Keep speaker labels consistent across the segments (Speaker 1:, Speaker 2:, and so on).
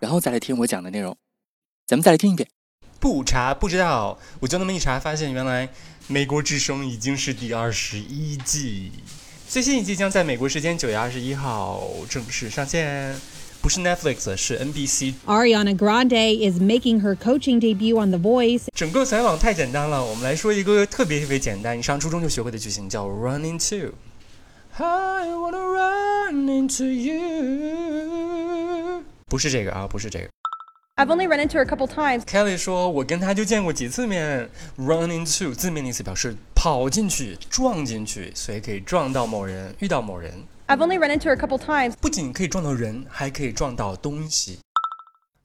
Speaker 1: 然后再来听我讲的内容。咱们再来听一遍。
Speaker 2: 不查不知道，我就那么一查，发现原来《美国之声》已经是第二十一季，最新一季将在美国时间九月二十一号正式上线，不是 Netflix，是 NBC。
Speaker 3: Ariana Grande is making her coaching debut on The Voice.
Speaker 2: 整个采访太简单了，我们来说一个特别特别简单，你上初中就学会的句型，叫 “run into”。I wanna run into you，不是这个啊，不是这个。
Speaker 3: I've only run into her a couple times.
Speaker 2: Kelly 说：“我跟他就见过几次面。Run into 字面的意思表示跑进去、撞进去，所以可以撞到某人、遇到某人。
Speaker 3: I've only run into her a couple times.
Speaker 2: 不仅可以撞到人，还可以撞到东西。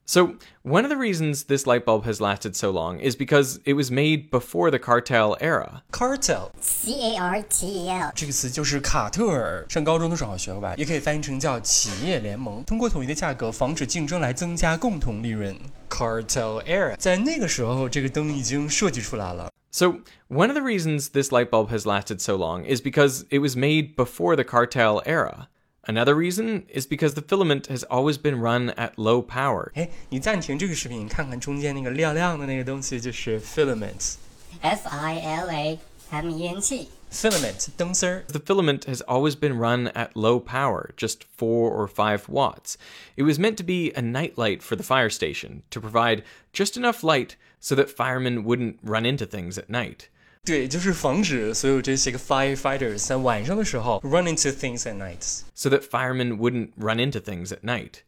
Speaker 4: So, one of the reasons this light bulb has lasted so long is because it was made before the cartel era.
Speaker 2: Cartel
Speaker 5: C A R T E L，
Speaker 2: 这个词就是卡特尔，上高中的时候学过吧？也可以翻译成叫企业联盟，通过统一的价格防止竞争来增加共同利润。Cartel era 在那个时候，这个灯已经设计出来了。
Speaker 4: So, one of the reasons this light bulb has lasted so long is because it was made before the cartel era. Another reason is because the filament has always been run at low power.
Speaker 2: 哎，你暂停这个视频，你看看中间那个亮亮的那个东西，就是 filament。”
Speaker 5: F I L A M E N T。
Speaker 2: filament 灯丝儿。
Speaker 4: The filament has always been run at low power, just 4 or 5 watts. It was meant to be a nightlight for the fire station, to provide just enough light so that firemen wouldn't run into things at night.
Speaker 2: 对，就是防止所有这些个 firefighters 在晚上的时候 run into things at night。
Speaker 4: So that firemen wouldn't run into things at night.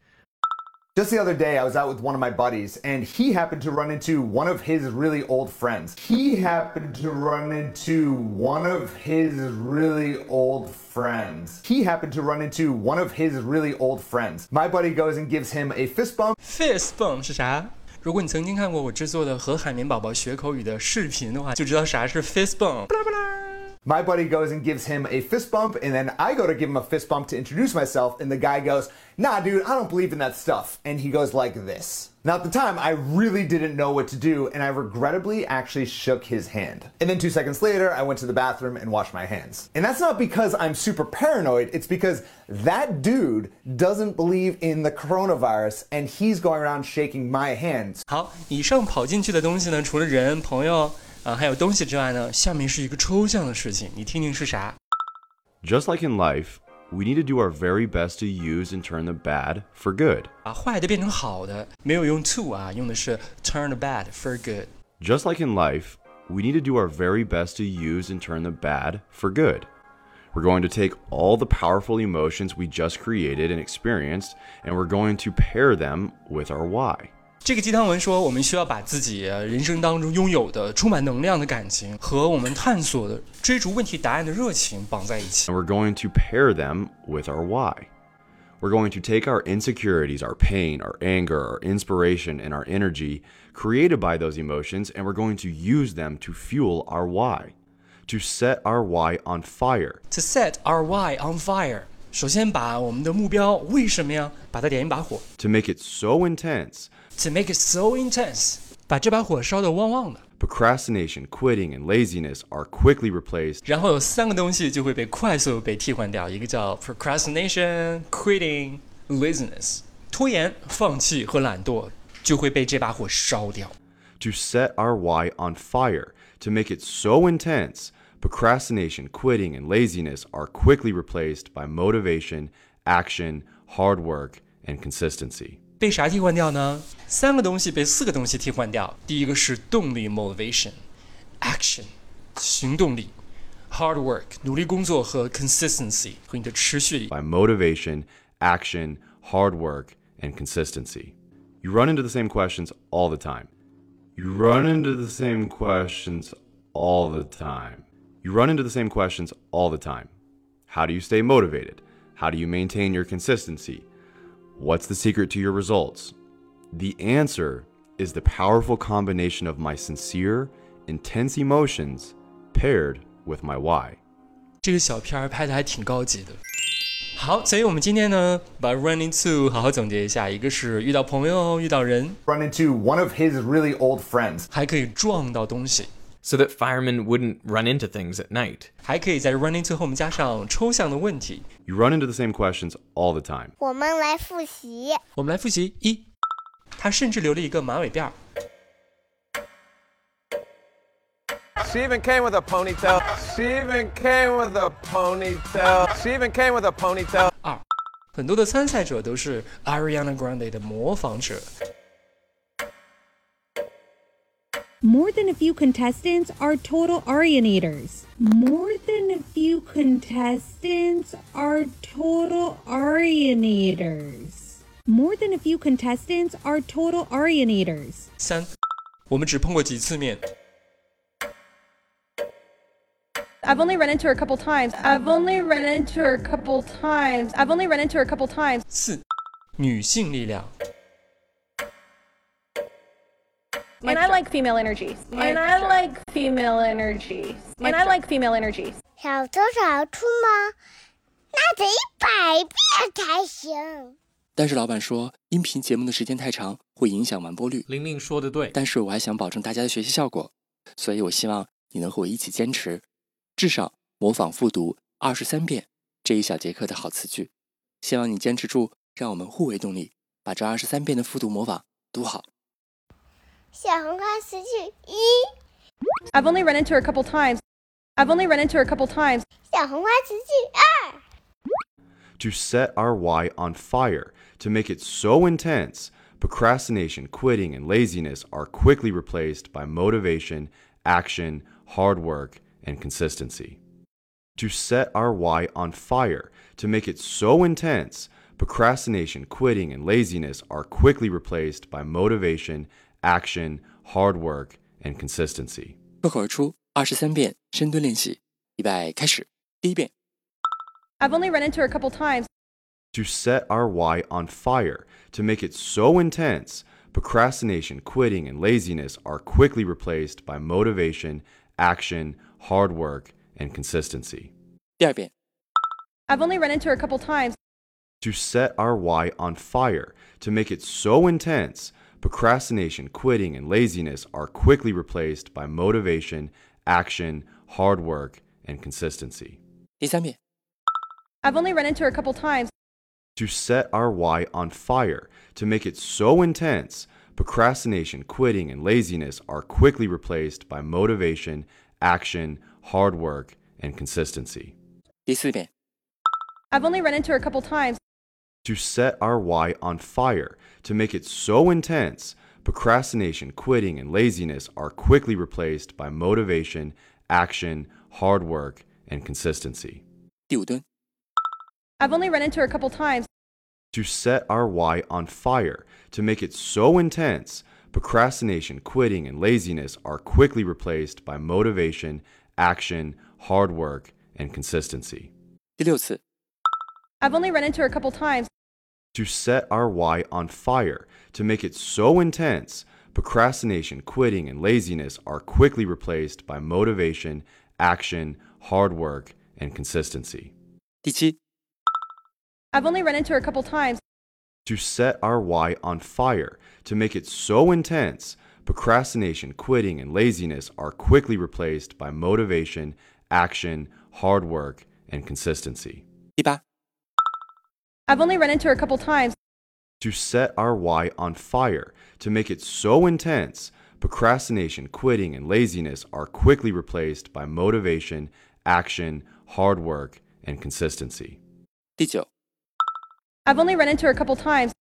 Speaker 6: Just the other day, I was out with one of my buddies, and he happened to run into one of his really old friends. He happened to run into one of his really old friends. He happened to run into one of his really old friends. My buddy goes and gives him a fist bump.
Speaker 2: fist bump 是啥？如果你曾经看过我制作的和海绵宝宝学口语的视频的话，就知道啥是 fist bump。
Speaker 6: My buddy goes and gives him a fist bump, and then I go to give him a fist bump to introduce myself, and the guy goes, Nah, dude, I don't believe in that stuff. And he goes like this. Now, at the time, I really didn't know what to do, and I regrettably actually shook his hand. And then two seconds later, I went to the bathroom and washed my hands. And that's not because I'm super paranoid, it's because that dude doesn't believe in the coronavirus, and he's going around shaking my hand.
Speaker 2: 好，以上跑进去的东西呢，除了人、朋友啊、还有东西之外呢，下面是一个抽象的事情，你听听是啥？
Speaker 7: Just like in life, we need to do our very best to use and turn the bad for good.
Speaker 2: 把坏的变成好的，没有用 to 啊，用的是 turn the bad for good。
Speaker 7: Just like in life, we need to do our very best to use and turn the bad for good. We're going to take all the powerful emotions we just created and experienced, and we're going to pair them with our why.
Speaker 2: 这个鸡汤文说，我们需要把自己人生当中拥有的充满能量的感情和我们探索的、追逐问题答案的热情绑在一起。
Speaker 7: and we're going to pair them with our why. We're going to take our insecurities, our pain, our anger, our inspiration, and our energy created by those emotions, and we're going to use them to fuel our why, to set our why on fire.
Speaker 2: To set our why on fire，首先把我们的目标为什么呀，把它点一把火。
Speaker 7: to make it so intense.
Speaker 2: To make it so intense，把这把火烧得旺旺的。
Speaker 7: Procrastination, quitting, and laziness are quickly replaced
Speaker 2: 然后有三个东西就会被快速被替换掉，一个叫 procrastination、quitting、laziness，拖延、放弃和懒惰就会被这把火烧掉。
Speaker 7: to set our why on fire, to make it so intense. Procrastination, quitting, and laziness are quickly replaced by motivation, action, hard work, and consistency.
Speaker 2: 被啥替换掉呢？三个东西被四个东西替换掉。第一个是动力 （motivation），action，行动力；hard work，努力工作和 consistency 和你的持续力。
Speaker 7: By motivation, action, hard work, and consistency. You run into the same questions all the time. You run into the same questions all the time. You run into the same questions all the time. How do you stay motivated? How do you maintain your consistency? What's the secret to your results? The answer is the powerful combination of my sincere, intense emotions paired with my why.
Speaker 2: 这个小片儿拍的还挺高级的。好，所以我们今天呢，把 run into 好好总结一下，一个是遇到朋友、遇到人，
Speaker 6: Run into one of his really old friends.
Speaker 2: 还可以撞到东西，
Speaker 4: so that firemen wouldn't run into things at night.
Speaker 2: 还可以在 run into 后面加上抽象的问题。
Speaker 7: You run into the same questions all the time.
Speaker 8: 我们来复习。
Speaker 2: 我们来复习一，他甚至留了一个马尾辫儿。
Speaker 9: She even came with a ponytail. She even came with a ponytail. She even came with a ponytail.
Speaker 2: 二，很多的参赛者都是 Ariana Grande 的模仿者。
Speaker 3: More than a few contestants are total Arianators. More than a few contestants are total Arianators. More than a few contestants are total Arianators.
Speaker 2: 三，我们只碰过几次面。
Speaker 10: I've only run into her a couple times. I've only run into her a couple times. I've only run into her a couple times.
Speaker 2: 四，女性力量。
Speaker 10: And I like female energy. And I like female energy. And I like female energy.
Speaker 8: 小偷小兔吗？那得一百遍才行。
Speaker 1: 但是老板说，音频节目的时间太长，会影响完播率。
Speaker 4: 玲玲说的对。
Speaker 1: 但是我还想保证大家的学习效果，所以我希望你能和我一起坚持，至少模仿复读二十三遍这一小节课的好词句。希望你坚持住，让我们互为动力，把这二十三遍的复读模仿读好。
Speaker 8: 小红花词句一，
Speaker 10: I've only run into her a couple times. I've only run into her a couple times.
Speaker 8: 小红花词句二，
Speaker 7: To set our why on fire, to make it so intense, procrastination, quitting, and laziness are quickly replaced by motivation, action, hard work, and consistency. To set our why on fire, to make it so intense, procrastination, quitting, and laziness are quickly replaced by motivation, action, hard work, and consistency.
Speaker 1: 脱口而出二十三遍深蹲练习，预备开始。第一遍，
Speaker 10: I've only run into her a couple times.
Speaker 7: to set our why on fire, to make it so intense, procrastination, quitting, and laziness are quickly replaced by motivation, action, hard work, and consistency.
Speaker 1: 第二遍，
Speaker 10: I've only run into her a couple times.
Speaker 7: To set our why on fire, to make it so intense, procrastination, quitting, and laziness are quickly replaced by motivation, action, hard work, and consistency.
Speaker 1: 第三遍，
Speaker 10: I've only run into her a couple times.
Speaker 7: to set our why on fire, to make it so intense, procrastination, quitting, and laziness are quickly replaced by motivation, action, hard work, and consistency.
Speaker 1: 第四遍，
Speaker 10: I've only run into her a couple times.
Speaker 7: To set our why on fire, to make it so intense, procrastination, quitting, and laziness are quickly replaced by motivation, action, hard work, and consistency.
Speaker 1: 第五蹲，
Speaker 10: I've only run into her a couple times.
Speaker 7: to set our why on fire, to make it so intense, procrastination, quitting, and laziness are quickly replaced by motivation, action, hard work, and consistency.
Speaker 1: 第六次，
Speaker 10: I've only run into her a couple times.
Speaker 7: To set our why on fire, to make it so intense, procrastination, quitting, and laziness are quickly replaced by motivation, action, hard work, and consistency.
Speaker 1: 第七，
Speaker 10: I've only run into her a couple times.
Speaker 7: to set our why on fire, to make it so intense, procrastination, quitting, and laziness are quickly replaced by motivation, action, hard work, and consistency.
Speaker 1: 第八，
Speaker 10: I've only run into her a couple times.
Speaker 7: To set our why on fire, to make it so intense, procrastination, quitting, and laziness are quickly replaced by motivation, action, hard work, and consistency.
Speaker 1: 第九，
Speaker 10: I've only run into her a couple times.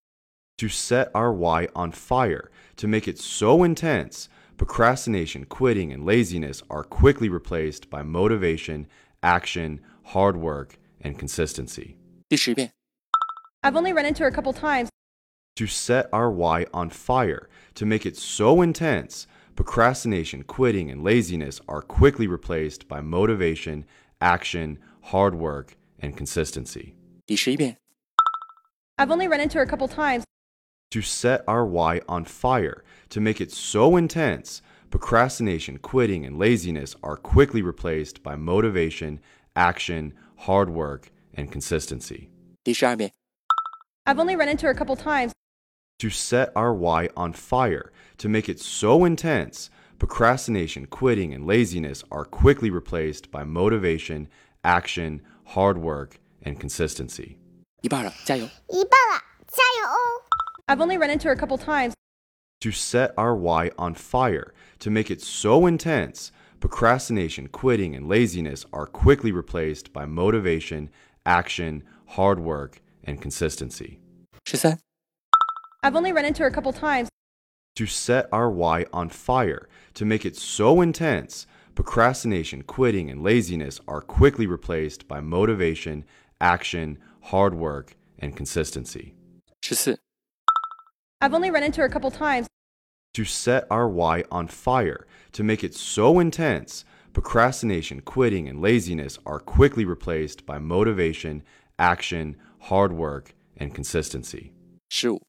Speaker 7: to set our why on fire, to make it so intense, procrastination, quitting, and laziness are quickly replaced by motivation, action, hard work, and consistency.
Speaker 1: 第十遍，
Speaker 10: I've only run into her a couple times.
Speaker 7: To set our why on fire, to make it so intense, procrastination, quitting, and laziness are quickly replaced by motivation, action, hard work, and consistency.
Speaker 1: 第十一遍，
Speaker 10: I've only run into her a couple times.
Speaker 7: to set our why on fire, to make it so intense, procrastination, quitting, and laziness are quickly replaced by motivation, action, hard work, and consistency.
Speaker 1: 第十二遍，
Speaker 10: I've only run into her a couple times.
Speaker 7: to set our why on fire, to make it so intense, procrastination, quitting, and laziness are quickly replaced by motivation, action, hard work, and consistency.
Speaker 1: 一半了，加油！
Speaker 8: 一半了，加油哦！
Speaker 10: I've only run into her a couple times.
Speaker 7: To set our why on fire, to make it so intense, procrastination, quitting, and laziness are quickly replaced by motivation, action, hard work, and consistency.
Speaker 1: 十三、
Speaker 10: I've only run into her a couple times.
Speaker 7: to set our why on fire, to make it so intense, procrastination, quitting, and laziness are quickly replaced by motivation, action, hard work, and consistency.
Speaker 1: 十四、
Speaker 10: I've only run into her a couple times.
Speaker 7: To set our why on fire, to make it so intense, procrastination, quitting, and laziness are quickly replaced by motivation, action, hard work, and consistency.
Speaker 1: 十五、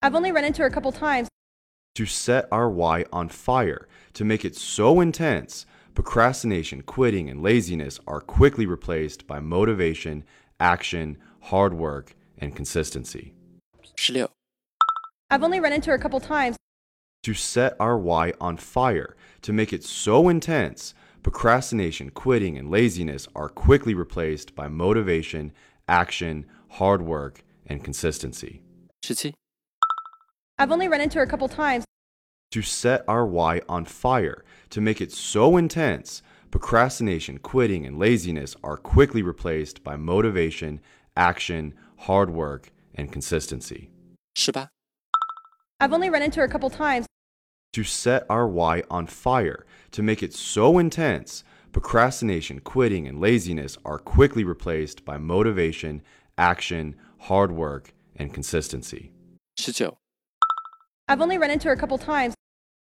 Speaker 10: I've only run into her a couple times.
Speaker 7: to set our why on fire, to make it so intense, procrastination, quitting, and laziness are quickly replaced by motivation, action, hard work, and consistency.
Speaker 1: 十六、
Speaker 10: I've only run into her a couple times.
Speaker 7: To set our why on fire, to make it so intense, procrastination, quitting, and laziness are quickly replaced by motivation, action, hard work, and consistency.
Speaker 1: 十七、
Speaker 10: I've only run into her a couple times.
Speaker 7: to set our why on fire, to make it so intense, procrastination, quitting, and laziness are quickly replaced by motivation, action, hard work, and consistency.
Speaker 1: 十八、
Speaker 10: I've only run into her a couple times.
Speaker 7: To set our why on fire, to make it so intense, procrastination, quitting, and laziness are quickly replaced by motivation, action, hard work, and consistency.
Speaker 1: 十九、
Speaker 10: I've only run into her a couple times.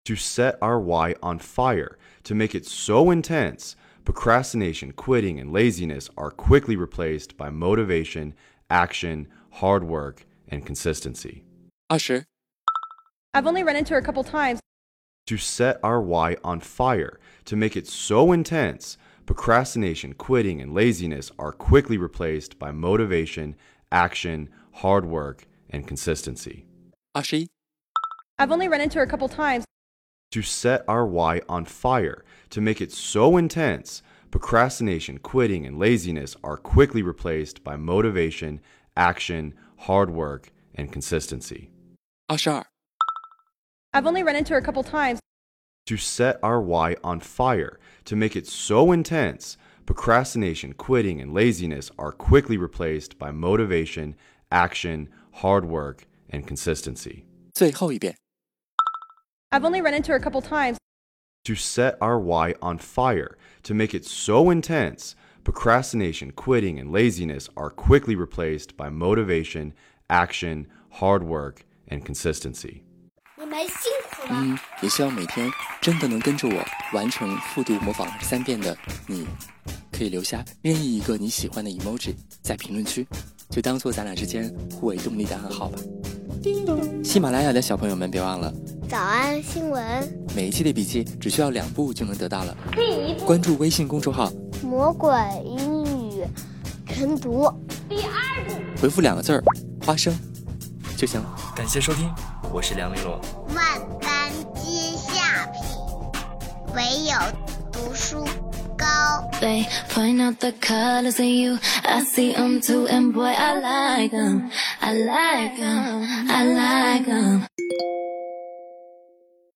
Speaker 7: to set our why on fire, to make it so intense, procrastination, quitting, and laziness are quickly replaced by motivation, action, hard work, and consistency.
Speaker 1: 二十、
Speaker 10: I've only run into her a couple times.
Speaker 7: To set our why on fire, to make it so intense, procrastination, quitting, and laziness are quickly replaced by motivation, action, hard work, and consistency.
Speaker 1: 二十一、
Speaker 10: I've only run into her a couple times.
Speaker 7: to set our why on fire, to make it so intense, procrastination, quitting, and laziness are quickly replaced by motivation, action, hard work, and consistency.
Speaker 1: 二十二、
Speaker 10: I've only run into her a couple times.
Speaker 7: To set our why on fire, to make it so intense, procrastination, quitting, and laziness are quickly replaced by motivation, action, hard work, and consistency.
Speaker 1: 最后一遍。
Speaker 10: I've only run into her a couple times.
Speaker 7: to set our why on fire, to make it so intense, procrastination, quitting, and laziness are quickly replaced by motivation, action, hard work, and consistency.
Speaker 8: 你们辛苦了。
Speaker 1: 嗯，也希望每天真的能跟着我完成复读模仿二十三遍的你，可以留下任意一个你喜欢的 emoji 在评论区，就当做咱俩之间互为动力的暗号吧。喜马拉雅的小朋友们，别忘了
Speaker 8: 早安新闻，
Speaker 1: 每一期的笔记只需要两步就能得到了。
Speaker 8: 第一步
Speaker 1: 关注微信公众号，
Speaker 8: 魔鬼英语晨读，第二步
Speaker 1: 回复两个字儿“花生”就行了。感谢收听，我是梁丽罗。
Speaker 8: 万般皆下品，唯有读书高。
Speaker 11: They point out the colors of you. I see 'em too, and boy, I like 'em. I like 'em. I like 'em.